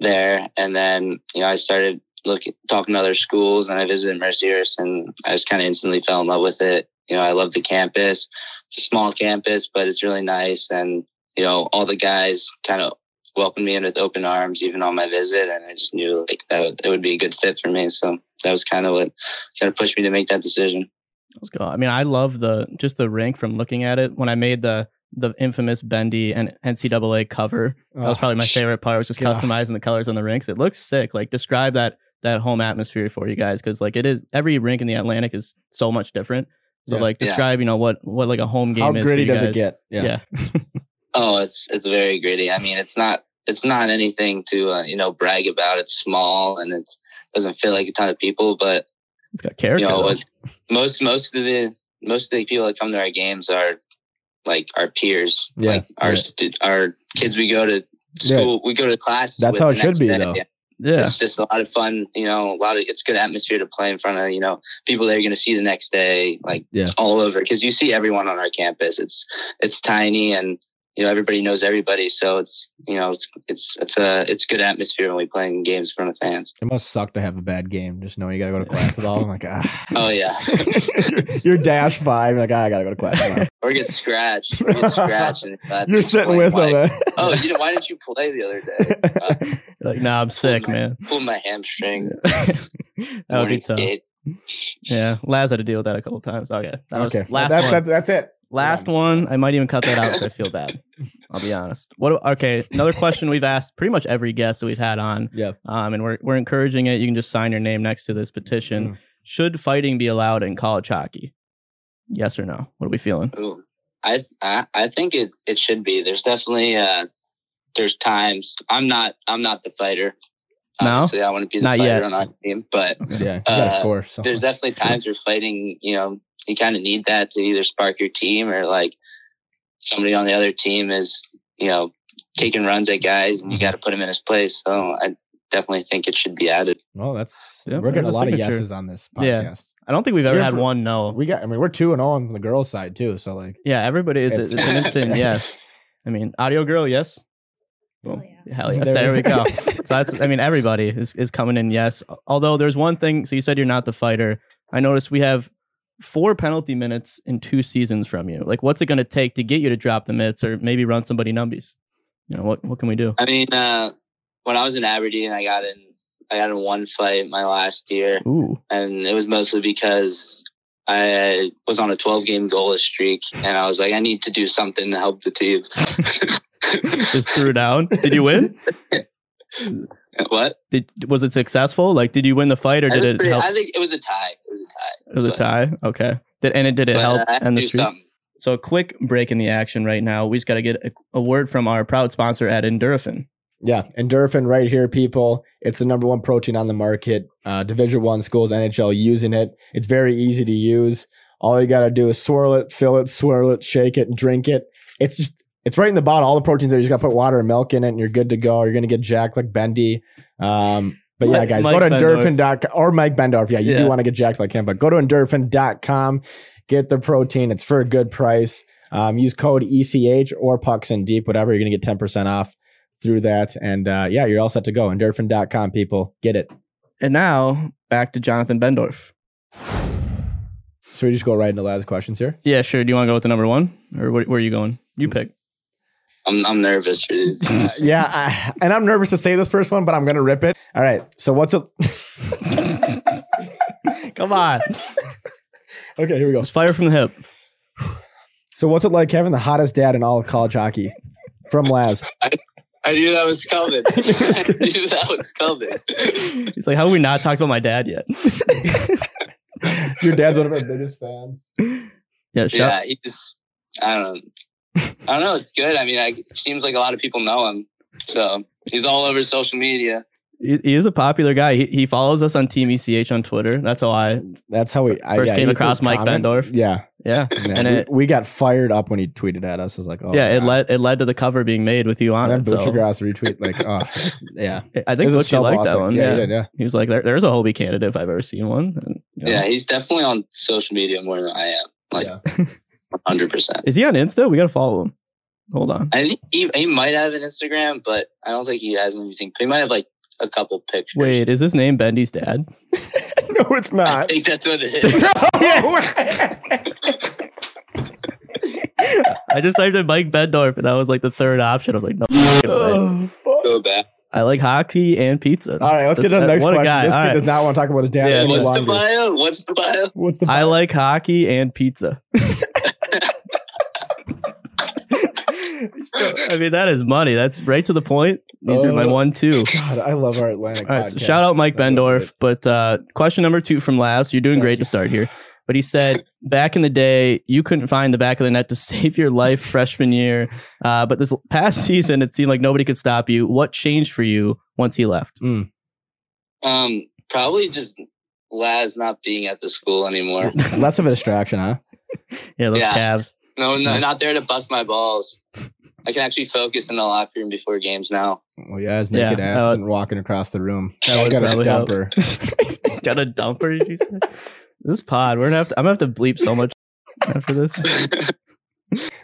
there. And then you know, I started looking talking to other schools, and I visited Mercier's, and I just kind of instantly fell in love with it. You know, I love the campus. It's a small campus, but it's really nice, and you know, all the guys kind of welcomed me in with open arms, even on my visit. And I just knew like that would, it would be a good fit for me. So that was kind of what kind of pushed me to make that decision.
Let's go. I mean, I love the just the rink from looking at it. When I made the the infamous Bendy and NCAA cover, that was
Oh,
probably my favorite part. Was just
God.
customizing the colors on the rinks. It looks sick. Like describe that that home atmosphere for you guys because like it is every rink in the Atlantic is so much different. So
Yeah.
like
Yeah.
describe you know what what like a home game
How
is. for
gritty
you
does
guys.
it get?
Yeah.
Oh, it's it's very gritty. I mean, it's not it's not anything to uh, you know brag about. It's small and it doesn't feel like a ton of people, but
it's got character.
you know,
though.
it- most most of the most of the people that come to our games are like our peers,
Yeah,
like our
yeah.
stu- our kids. We go to school, we go to class.
That's how it should be, though.
yeah.
It's just a lot of fun, you know. A lot of it's good atmosphere to play in front of, you know, people that you're going to see the next day, like
Yeah.
all over, because you see everyone on our campus. It's it's tiny, and you know everybody knows everybody, so it's you know it's it's it's a it's good atmosphere when we playing games in front of fans.
It must suck to have a bad game, just knowing you gotta go to class at all. I'm like, ah.
Oh yeah,
You're dash five. You're like, "Ah, I gotta go to class. tomorrow."
or get scratched, or get scratched, and uh,
You're sitting with
why-
them.
Oh, you know, why didn't you play the other day?
eh?
You're like nah, I'm sick, man.
Pulled my hamstring.
that would be
morning
tough.
skate.
Yeah, Laz had to deal with that a couple times. Okay, that
okay.
was last
that's,
one.
that's that's it.
Last one, I might even cut that out because I feel bad. I'll be honest. What? Okay, another question we've asked pretty much every guest that we've had on.
Yep.
Um, and we're we're encouraging it. You can just sign your name next to this petition.
Mm.
Should fighting be allowed in college hockey? Yes or no? What are we feeling?
Ooh, I, I I think it it should be. There's definitely uh there's times I'm not I'm not the fighter.
No?
Obviously, I want to be the
Not
fighter
yet. Oh.
on our team, but
yeah, you
Uh,
gotta score. So.
there's definitely times where fighting, you know, you kind of need that to either spark your team or like somebody on the other team is, you know, taking runs at guys
Mm-hmm.
and you got to put him in his place. So I definitely think it should be added.
Well, that's
Yeah,
we're getting a
there's a
lot of
signature.
yeses on this
Yeah.
podcast.
I don't think we've ever
You're
had
for-
one no.
We got, I mean, we're two and all on the girls' side too. So like,
yeah, everybody is it's,
It's-
an instant yes. I mean, audio girl, yes. Boom. Hell yeah! There, we go. so that's I mean everybody is is coming in yes. Although there's one thing. So you said you're not the fighter. I noticed we have four penalty minutes in two seasons from you. Like, what's it going to take to get you to drop the mitts or maybe run somebody numbies? You know what? What can we do?
I mean, uh, when I was in Aberdeen, I got in, I got in one fight my last year.
Ooh,
and it was mostly because I was on a 12 game goalless streak, and I was like, I need to do something to help the team.
just threw down. Did you win?
what?
Did was it successful? Like, did you win the fight or
I,
did
was
it
pretty-
help?
I think it was a tie. It was a tie.
It was a tie. Okay. Did and it did it
But uh,
help
I had to
end the
do
streak?
something.
So a quick break in the action right now. We just got to get a, a word from our proud sponsor at Endurafin.
Yeah, endorphin right here, people. It's the number one protein on the market. Uh, Division one schools, NHL using it. It's very easy to use. All you gotta do is swirl it, fill it, swirl it, shake it, and drink it. It's just it's right in the bottle. All the proteins there. You just gotta put water and milk in it, and you're good to go. You're gonna get jacked like Bendy. Um, but yeah,
Mike-
guys,
Mike
go to
Bendorf.
endorphin.com or Mike Bendorf. Yeah, you
Yeah.
do want to get jacked like him, but go to endorphin.com, get the protein. It's for a good price. Um, use code ECH or Pucks and Deep, whatever. You're gonna get ten percent off through that. And uh, yeah, you're all set to go. Endorphin.com, people. Get it.
And now back to Jonathan Bendorf.
So we just go right into Laz's questions here.
Yeah, sure. Do you want to go with the number one, or where, where are you going? You pick.
I'm, I'm nervous for this.
Uh, yeah, I, and I'm nervous to say this first one, but I'm gonna rip it. All right. So what's a
Come on,
Okay, here we go.
it's fire from the hip.
So what's it like having the hottest dad in all of college hockey? From Laz.
I knew that was coming. I knew that was coming.
He's like, how have we not talked about my dad yet?
Your dad's one of our biggest fans.
yeah, shut
yeah, he just, I don't know. I don't know. It's good. I mean, I, it seems like a lot of people know him. So he's all over social media.
He, he is a popular guy. He, he follows us on Team ECH on Twitter. That's how I.
That's how we I,
First
yeah,
came
he
across
threw a
Mike
comment.
Bendorf.
Yeah.
Yeah,
man,
and
we,
it,
we got fired up when he tweeted at us. I was like, oh
yeah, it
God.
led it led to the cover being made with you on
And
it.
then
So
Butchergrass retweet like, oh, yeah.
I
It
think
was a
Butchie
snowball
liked that
effect.
one.
Yeah,
Yeah,
yeah, yeah.
he was like, there, "There's a Hobie candidate if I've ever seen one." And, you know.
Yeah, he's definitely on social media more than I am. Like,
Yeah.
100%.
is he on Insta? We gotta follow him. Hold on.
I think he, he might have an Instagram, but I don't think he has anything. He might have like a couple pictures.
Wait, is his name Bendy's dad?
no, it's
I
not.
think that's what it is.
I just typed in Mike Bendorf, and that was like the third option. I was like, no. Way to play.
Go back.
I like hockey and pizza.
All right, let's
That's-
get to the
uh,
next
what a
question.
guy.
This kid
All right.
does not want to talk about his dad.
Yeah,
any
what's
What's the
longer.
bio? What's the bio?
What's the
I like hockey and pizza. I mean, that is money. That's right to the point. These are my
Oh.
one, two.
God, I love our Atlantic.
All right. So
podcast.
shout out Mike
I love
Bendorf.
it.
But uh, question number two from last. You're doing great to start here. But he said, back in the day, you couldn't find the back of the net to save your life freshman year. Uh, but this past season, it seemed like nobody could stop you. What changed for you once he left?
Um, probably just Laz not being at the school anymore.
Less of a distraction, huh?
Yeah, those
Yeah.
calves.
No, no, not there to bust my balls. I can actually focus in the locker room before games now.
Well, yeah, his
Yeah,
naked ass
uh,
and walking across the room.
That would
Got a
probably help.
dumper.
Got a dumper, did you say? This pod, we're gonna have to. I'm gonna have to bleep so much after this.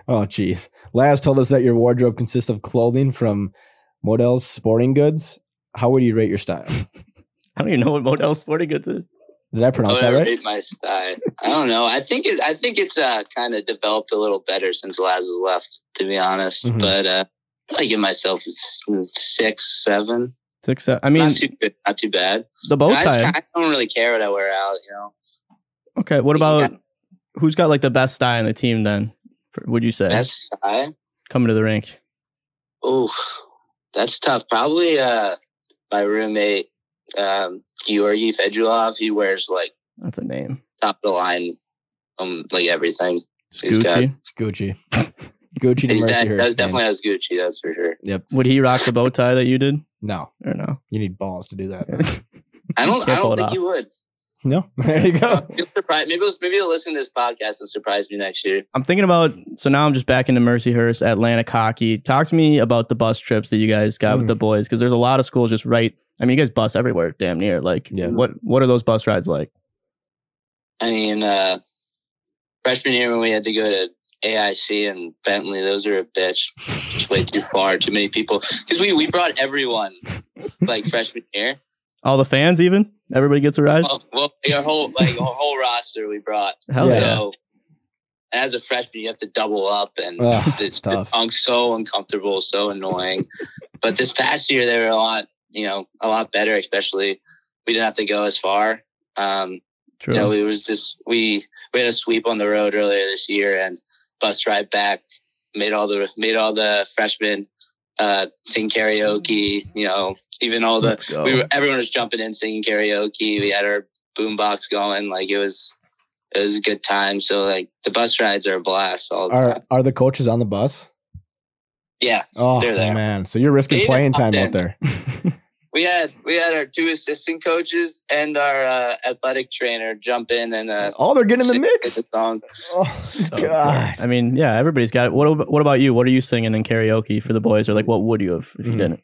Oh, jeez. Laz told us that your wardrobe consists of clothing from Modell's Sporting Goods. How would you rate your style?
I don't even know what Model Sporting Goods is.
Did I
I
pronounce
would
that right?
rate my style. I don't know. I think it. I think it's uh, kind of developed a little better since Laz has left. To be honest,
Mhm.
but uh, I give myself a s- six, seven.
Six. se- I mean,
not too good, not too bad.
the bow
I, just,
tie.
kinda- I don't really care what I wear out. You know,
Okay. What about who's got like the best tie on the team? Then for- would you say
best style.
coming to the rink?
Oh, that's tough. Probably uh, my roommate um, Georgi Fedulov. He wears like
That's a name.
top of the line, um, like everything. He's got-
Gucci.
Gucci. Gucci to
He's
mercy
de-
here.
that's
man.
definitely has Gucci. That's for sure.
Would he rock the bow tie that you did
No,
or no?
you need balls to do that.
I don't. I
Can't pull
don't
it
think
off.
he would.
No, there you go.
He'll surprise. Maybe he'll, maybe he'll listen to this podcast and surprise me next year.
I'm thinking about. So now I'm just back into Mercyhurst, Atlantic hockey. Talk to me about the bus trips that you guys got with
Mm.
the boys because there's a lot of schools just right. I mean, you guys bus everywhere, damn near. Like,
Yeah.
what what are those bus rides like?
I mean, uh, freshman year when we had to go to AIC and Bentley, those are a bitch. It's way too far. Too many people. Because we we brought everyone like freshman year.
All the fans, even everybody gets a ride.
Well, well, our whole like our whole roster we brought.
Hell yeah.
So as a freshman, you have to double up, and
Ugh,
it's
tough.
un- so uncomfortable, so annoying. but this past year, they were a lot, you know, a lot better. Especially, we didn't have to go as far. Um,
True.
You know, it was just we we had a sweep on the road earlier this year, and bus ride back made all the made all the freshmen uh, sing karaoke. You know, even all the
Let's go.
we were, everyone was jumping in singing karaoke. We had our boombox going. Like it was, it was a good time. So like the bus rides are a blast. All the
Are
time.
are the coaches on the bus?
yeah.
Oh
They're there.
man, so you're risking
They didn't
playing
pop
time out
in.
there.
We had we had our two assistant coaches and our uh, athletic trainer jump in and uh,
Oh, they're getting in the
sing
mix.
the song.
Oh
Oh,
God.
I mean, yeah, everybody's got it. What, ab- what about you? What are you singing in karaoke for the boys? Or like, what would you have if you
Mhm.
didn't?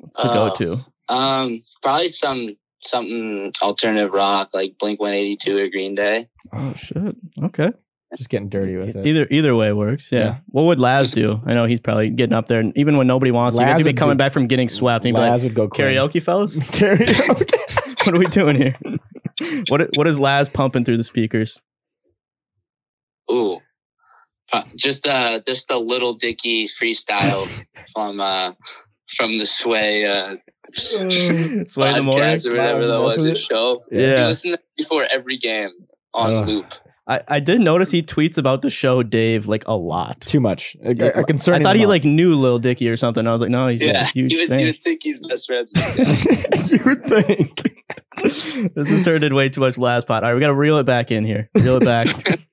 What's the
Oh.
go-to?
Um, probably some something alternative rock like Blink One Eighty Two or Green Day.
Oh shit. Okay.
Just getting dirty with it.
Either either way works. Yeah.
Yeah.
What would Laz do? I know he's probably getting up there, and even when nobody wants, him, you
Laz
guys would be
would
coming
do-
back from getting swept. And he'd be like,
Laz would go clean.
karaoke, fellas.
Karaoke.
what are we doing here? what what is Laz pumping through the speakers?
Ooh. Uh, just uh just the little dicky freestyle from uh from the sway uh
Sway the morning.
podcast or whatever that was, his show.
Yeah.
You listen to it before every game on
Ugh.
loop.
I, I did notice he tweets about the show Dave like a lot.
Too much. A,
Yeah,
a
I
concerning
thought he
amount.
like knew Lil Dicky or something. I was like, no, he's just
Yeah,
a huge
you, would, you
fan.
would think he's best friends.
you would think.
this has turned in way too much last pot. All right, we got to reel it back in here. Reel it back.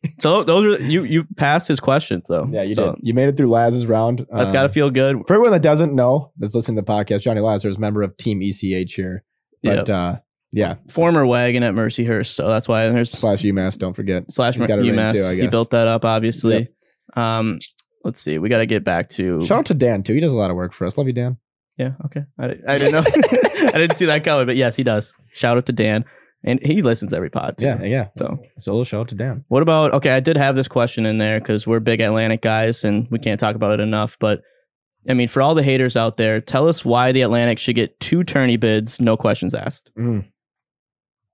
so those are you. You passed his questions though.
Yeah, you
so
did. You made it through Laz's round.
That's
Um,
got to feel good.
For everyone that doesn't know, that's listening to the podcast, Johnny Lazar is a member of Team ECH here. But
yeah.
uh, yeah,
Former wagon at Mercyhurst, so that's why there's
slash UMass, don't forget.
slash
he's got a ring
UMass.
too, I
he
guess.
built that up, obviously. Um, let's see. We got to get back to.
Shout out to Dan, too. He does a lot of work for us. Love you, Dan.
Yeah. Okay. I, di- I didn't know. I didn't see that coming, but yes, he does. Shout out to Dan, and he listens to every pod. Too.
Yeah, yeah.
So
So a little shout out to Dan.
What about okay? I did have this question in there because we're big Atlantic guys and we can't talk about it enough. But I mean, for all the haters out there, tell us why the Atlantic should get two tourney bids, no questions asked.
Mm,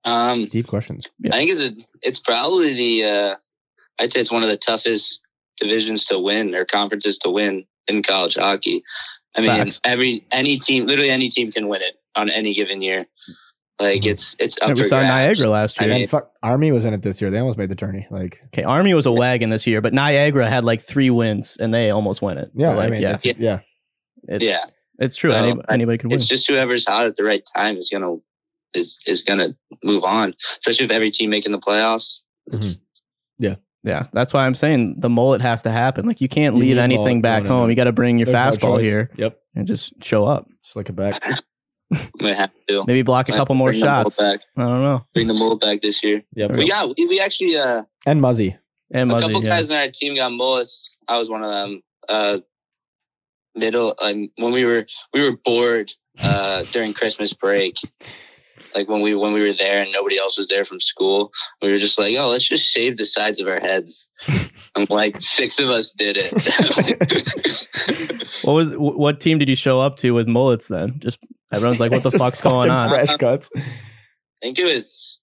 Um,
deep questions.
Yeah.
I think it's a, it's probably the uh, I'd say it's one of the toughest divisions to win or conferences to win in college hockey. I mean,
Facts.
every any team, literally any team can win it on any given year. Like it's it's up
Yeah, we
for
Mm-hmm. saw
grabs.
Niagara last
I
year.
mean-
And fuck, Army was in it this year. They almost made the tourney. Like,
okay, Army was a wagon this year, but Niagara had like three wins and they almost won it. So,
yeah, I
like,
mean,
yeah,
It's, yeah,
it's,
Yeah.
it's true.
So,
Any,
I-
anybody could win.
It's just whoever's hot at the right time is gonna is is gonna move on. Especially with every team making the playoffs. It's-
yeah, that's why I'm saying the mullet has to happen. Like you can't
You
leave
need
anything
mullet
back
going in
home.
there.
You got to bring your
There's no
fastball
choice.
here
Yep,
and just show up.
slick it back.
I'm gonna have to
Maybe block a couple more
Bring the mold
shots. I
back.
don't know.
Bring the mold back this year.
Yep,
We got we, we actually uh
and Muzzy.
And
a
Muzzy,
couple
yeah.
guys on our team got mullets. I was one of them. Uh, middle um, when we were we were bored uh, during Christmas break. Like when we when we were there and nobody else was there from school, we were just like, "Oh, let's just shave the sides of our heads." and like six of us did it.
What was wh- what team did you show up to with mullets then? Just everyone's like, what the
Just
fuck's going
fucking
on?
Fresh cuts.
I think it was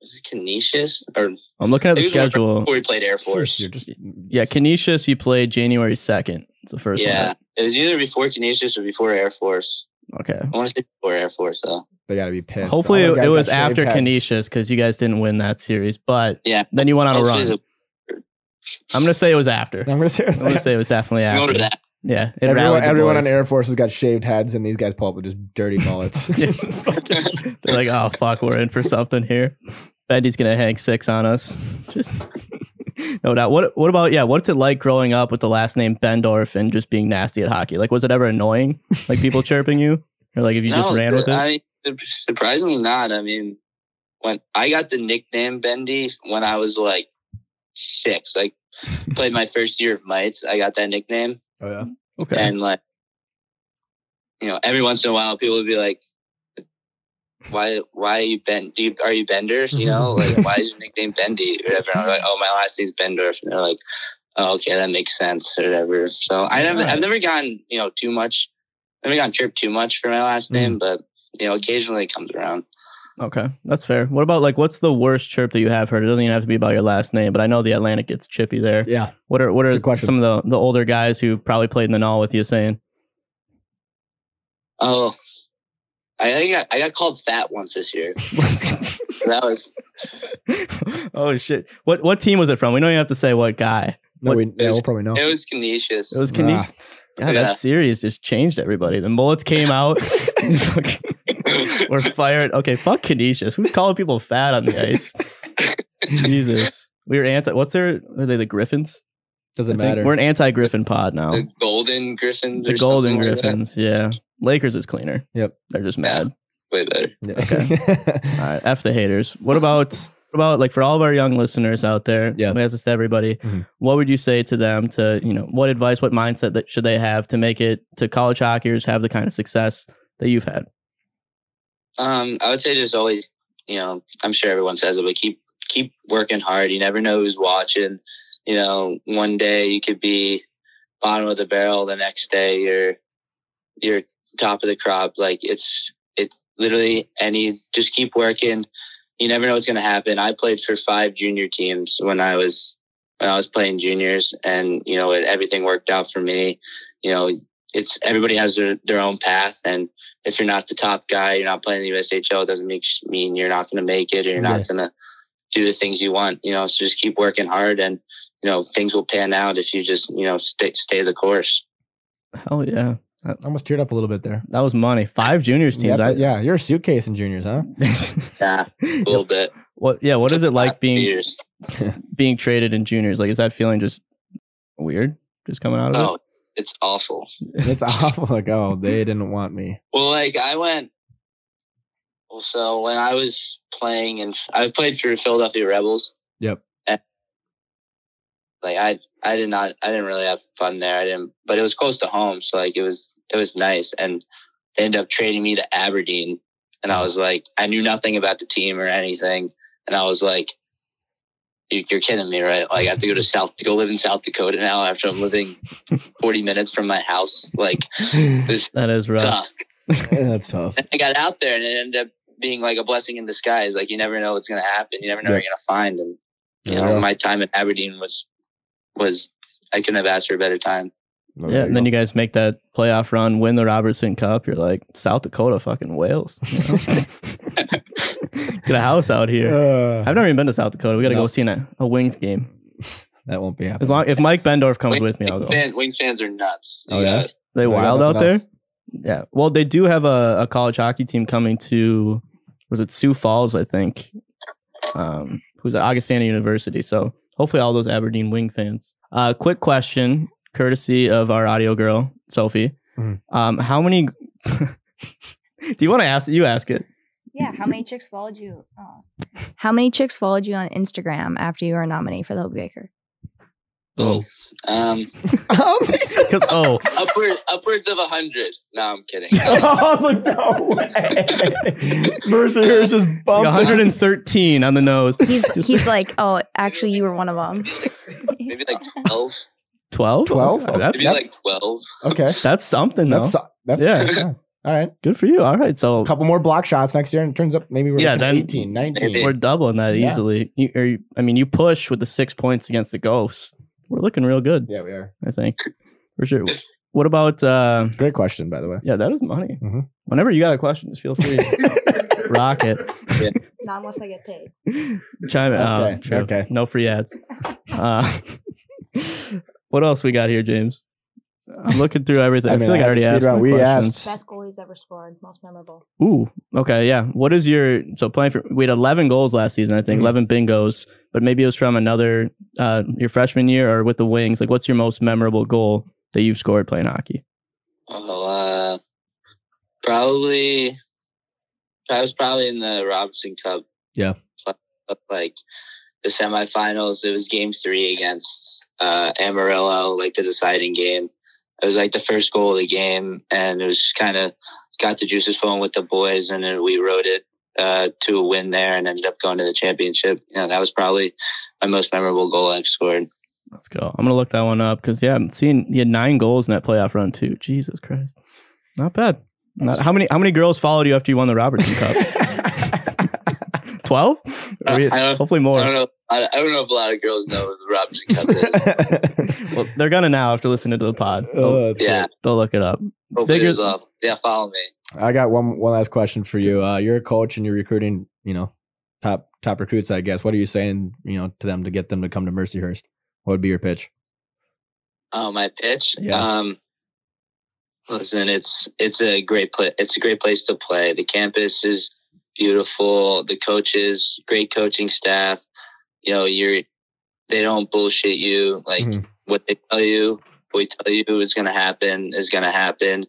was it Canisius or
I'm looking at the
it was one
schedule.
before we played Air Force.
You're just
Yeah, Canisius, you played January 2nd. It's the first
Yeah, it was either before Canisius or before Air Force.
one. Okay.
I want to say before Air Force though.
They got to be pissed.
Hopefully
All
it,
them guys
it
got
was
shaved
after
heads.
Canisius because you guys didn't win that series. But
Yeah.
then you went on a
Hopefully
run.
the-
I'm going to say it was after.
I'm gonna say, it
I'm
was
going to
like,
say it was definitely
You
after.
order that.
Yeah. It
everyone,
rallied the
everyone
boys.
on Air Force has got shaved heads, and these guys pull up with just dirty mullets.
Yes. They're like, oh, fuck, we're in for something here. Bendy's going to hang six on us. Just no doubt. What What about, yeah, what's it like growing up with the last name Bendorf and just being nasty at hockey? Like, was it ever annoying? Like, people chirping you? Or like, if you just ran with it?
I mean, surprisingly not. I mean, when I got the nickname Bendy when I was like six, like played my first year of mites, I got that nickname,
Oh yeah.
okay.
and like, you know, every once in a while, people would be like, "Why, why are you Ben? Do you, are you Bender? You know,
Mm-hmm.
like, why is your nickname Bendy or whatever?" And I'm like, "Oh, my last name's Bendorf," and they're like. Oh, okay, that makes sense or whatever. So I haven't, I've never gotten, you know, too much. I've never gotten tripped too much for my last
Mm.
name, but you know, occasionally it comes around.
Okay, that's fair. What about like what's the worst chirp that you have heard? It doesn't even have to be about your last name, but I know the Atlantic gets chippy there.
Yeah.
What are what
That's a
are
good question.
some of the, the older guys who probably played in the null with you saying?
Oh, I I got, I got called fat once this year. that was
oh shit! What what team was it from? We don't even have to say what guy.
No,
What-
we, yeah, we'll probably know.
it was Canisius.
It was Canisius.
Ah.
God,
Yeah.
that series just changed everybody. The mullets came out. We're fired. Okay, fuck Canisius. Who's calling people fat on the ice? Jesus. We were anti. What's their? Are they the Griffins?
Doesn't
I think-
matter.
We're an anti-Griffin pod now.
the Golden Griffins.
The
or
Golden
something like that.
Griffins, yeah. Lakers is cleaner.
Yep.
They're just
Yeah.
mad.
Way better.
Yeah.
All right. F the haters. What about what about like for all of our young listeners out there,
Yeah.
we ask this to everybody,
Mhm.
what would you say to them to, you know, what advice, what mindset that should they have to make it to college hockeyers have the kind of success that you've had?
Um, I would say just always, you know, I'm sure everyone says it, but keep keep working hard. You never know who's watching. You know, one day you could be bottom of the barrel, the next day you're you're top of the crop. Like it's it's literally any just keep working. You never know what's gonna happen. I played for five junior teams when I was when I was playing juniors and you know it, everything worked out for me. You know, it's everybody has their, their own path and if you're not the top guy, you're not playing the USHL, it doesn't make, mean you're not going to make it or you're not going to do the things you want. You know, so just keep working hard and, you know, things will pan out if you just, you know, stay, stay the course.
Hell yeah.
I almost teared up a little bit there.
That was money. Five juniors teams.
Yeah, that's-
I-
yeah, you're a suitcase in juniors, huh?
Yeah, a little bit.
What yeah, what is it like
Last
being
years.
being traded in juniors? Like is that feeling just weird? Just coming out of it?
Oh, it's awful.
It's awful. Like, oh, they didn't want me.
Well, like I went. Well, so when I was playing, and I played for Philadelphia Rebels.
Yep.
And, like I, I did not, I didn't really have fun there. I didn't, but it was close to home, so like it was, it was nice. And they ended up trading me to Aberdeen, and I was like, I knew nothing about the team or anything, and I was like. "You- You're kidding me, right? Like I have to go to South to go live in South Dakota now after I'm living 40 minutes from my house. Like this
That is rough.
sucks.
That's tough.
I got out there and it ended up being like a blessing in disguise. Like you never know what's gonna happen. You never know what you're gonna find. And you know,
Yeah.
my time at Aberdeen was was I couldn't have asked for a better time.
Well,
yeah,
there
and then
go.
you guys make that playoff run, win the Robertson Cup. You're like South Dakota, fucking Wales. Get a house out here.
Uh,
I've never even been to South Dakota. We got to go
No.
see an- a, Wings game.
that won't be happening.
As long if Mike Bendorf comes with me, I'll
Wing,
go.
fan, Wings fans are nuts.
Oh, yeah?
They
We got
wild out
nothing
there.
else.
Yeah. Well, they do have a, a college hockey team coming to was it Sioux Falls, I think. Um, who's at Augustana University. So hopefully all those Aberdeen Wing fans. Uh quick question, courtesy of our audio girl, Sophie.
Mhm.
Um, how many Do you want to ask it? You ask it.
Yeah, how many chicks followed you? Oh. How many chicks followed you on Instagram after you were a nominee for the Hope Baker?
Oh. Um,
Because oh,
upward, upwards of a hundred. No, I'm kidding.
I was like, Oh, no way. Mercer Harris just
like
bumped.
113 on the nose.
He's he's like, oh, actually, you were one of them.
Maybe like twelve.
12?
12?
That's,
Maybe
that's-
like twelve.
Okay,
that's something. That's
that's so- that's
Yeah.
All right,
good for you. All right. So
a couple more block shots next year, and it turns up maybe we're
Yeah,
looking at
then-
18, 19.
Maybe.
We're doubling that
Yeah.
easily. You, or you, I mean, you push with the six points against the Ghosts. We're looking real good,
Yeah, we are.
I think, for sure. What about? Uh,
Great question, by the way.
yeah, that is money.
Mhm.
Whenever you got a question, just feel free to rock it.
Not unless I get paid.
Chime in. Oh,
Okay,
true.
okay.
No free ads. Uh, what else we got here, James? I'm looking through everything. I, feel like I
had
already
the speed
asked.
round.
my
We
questions.
asked.
goal he's ever scored, most memorable.
Ooh, okay, yeah. What is your so playing for? We had eleven goals last season, I think,
Mm-hmm.
Mhm.
eleven bingos, but maybe it was from another uh, your freshman year or with the Wings. Like, what's your most memorable goal that you've scored playing hockey?
Oh, uh, probably. I was probably in the Robinson Cup.
Yeah.
But, Like the semifinals, it was game three against uh, Amarillo, like the deciding game. It was like the first goal of the game, and it was kind of got the juices flowing with the boys, and then we rode it uh, to a win there, and ended up going to the championship. You know, that was probably my most memorable goal I've scored.
Let's go. I'm gonna look that one up because yeah, I'm seeing you had nine goals in that playoff run too. Jesus Christ, not bad. Not, how many how many girls followed you after you won the Robertson Cup? Twelve? Or you-
I don't-
Hopefully more.
I don't know. I, I don't know if a lot of girls know who the Robinson Cup is.
Well, they're gonna now after listening to the pod. They'll,
Oh, that's
Yeah.
great.
they'll look it up. It's
Hopefully
bigger-
there's a- yeah, follow me.
I got one one last question for you. Uh, you're a coach and you're recruiting, you know, top top recruits, I guess. What are you saying, you know, to them to get them to come to Mercyhurst? What would be your pitch?
Oh, my pitch.
Yeah.
Um, listen, it's it's a great play. It's a great place to play. The campus is beautiful. The coaches, great coaching staff. You know, you're they don't bullshit you. Like
Mhm.
what they tell you, what we tell you is going to happen is going to happen.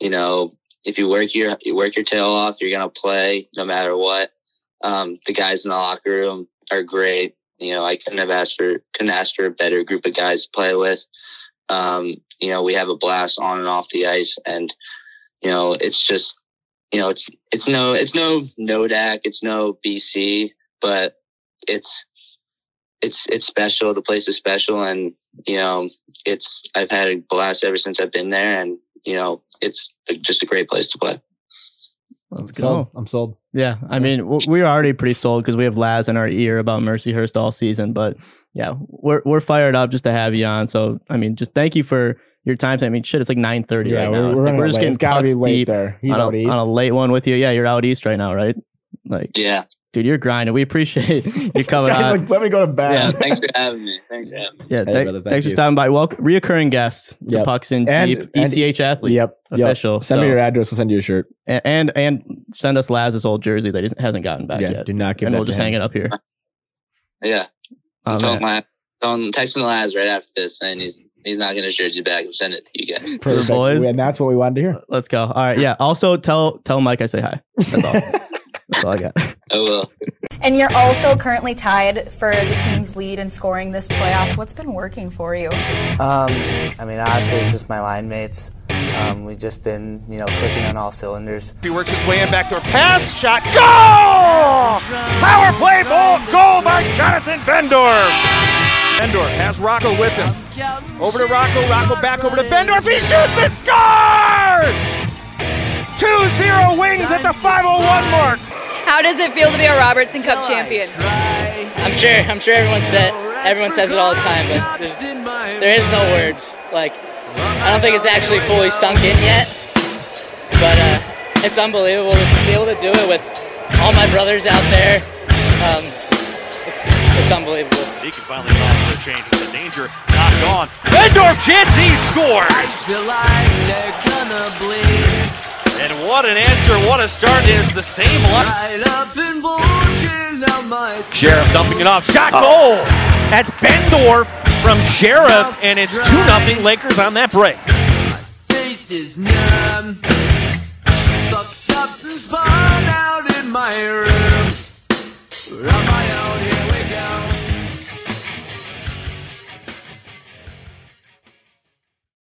You know, if you work your you work your tail off, you're going to play no matter what. Um, the guys in the locker room are great. You know, I couldn't have asked for couldn't ask for a better group of guys to play with. Um, you know, we have a blast on and off the ice, and you know, it's just you know, it's it's no it's no Nodak, it's no BC, but it's it's it's special. The place is special, and you know, it's I've had a blast ever since I've been there, and you know, it's just a great place to play.
Let's go.
I'm sold. I'm sold.
Yeah, I mean, w- we were already pretty sold because we have Laz in our ear about Mercyhurst all season. But yeah, we're we're fired up just to have you on. So I mean, just thank you for your time. I mean, shit, it's like nine thirty right now. Like,
running
just
late.
getting
it's gotta be
pucks
late
deep
there. He's
on
out
a,
east.
on a late one with you. Yeah, you're out east right now, right? Like,
Yeah,
dude, you're grinding. We appreciate you
This
coming
guy's
on.
like, let me go to
yeah.
bed.
Thanks for having me. Thanks for having me.
yeah,
Hey,
thank-
brother, thank
thanks for
you.
stopping by. Welcome, reoccurring guest, the
Yep.
pucks in
And-
deep,
and-
ECH athlete,
Yep. yep.
official.
Send me
So-
your address. I'll send you a shirt.
a- and and send us Laz's old jersey that he hasn't gotten back
yeah.
yet,
Do not give
and
that
we'll
to
just
him.
hang it up here.
Yeah,
Oh,
I'm
man.
telling my I'm texting Laz right after this, and he's he's not gonna jersey back and send it to you guys.
the boys.
And that's what we wanted to hear.
Let's go. All right. Yeah. Also, tell tell Mike I say hi. That's all. That's all I got.
Oh well.
And you're also currently tied for the team's lead in scoring this playoffs. What's been working for you?
Um, I mean, honestly, it's just my line mates. Um, we've just been, you know, clicking on all cylinders.
He works his way in backdoor pass, shot, goal! Power play ball, goal by Jonathan Bendorf. Bendorf has Rocco with him. Over to Rocco, Rocco back over to Bendorf. He shoots and scores! 2-0 wings at the 501 mark.
How does it feel to be a Robertson Cup champion?
I'm sure I'm sure everyone said everyone says it all the time, but there's, there is no words. Like
I don't think it's actually fully sunk in yet, but uh, it's unbelievable to be able to do it with all my brothers out there. Um, it's, it's unbelievable.
He can finally call for a change with the danger knocked on. Bendorf chance he scores! And what an answer, what a start It is the same one. Sheriff dumping it off. Shot goal! That's Bendorf from Sheriff, and it's 2 0 Lakers on that break.
Fucked up and spun out in my room.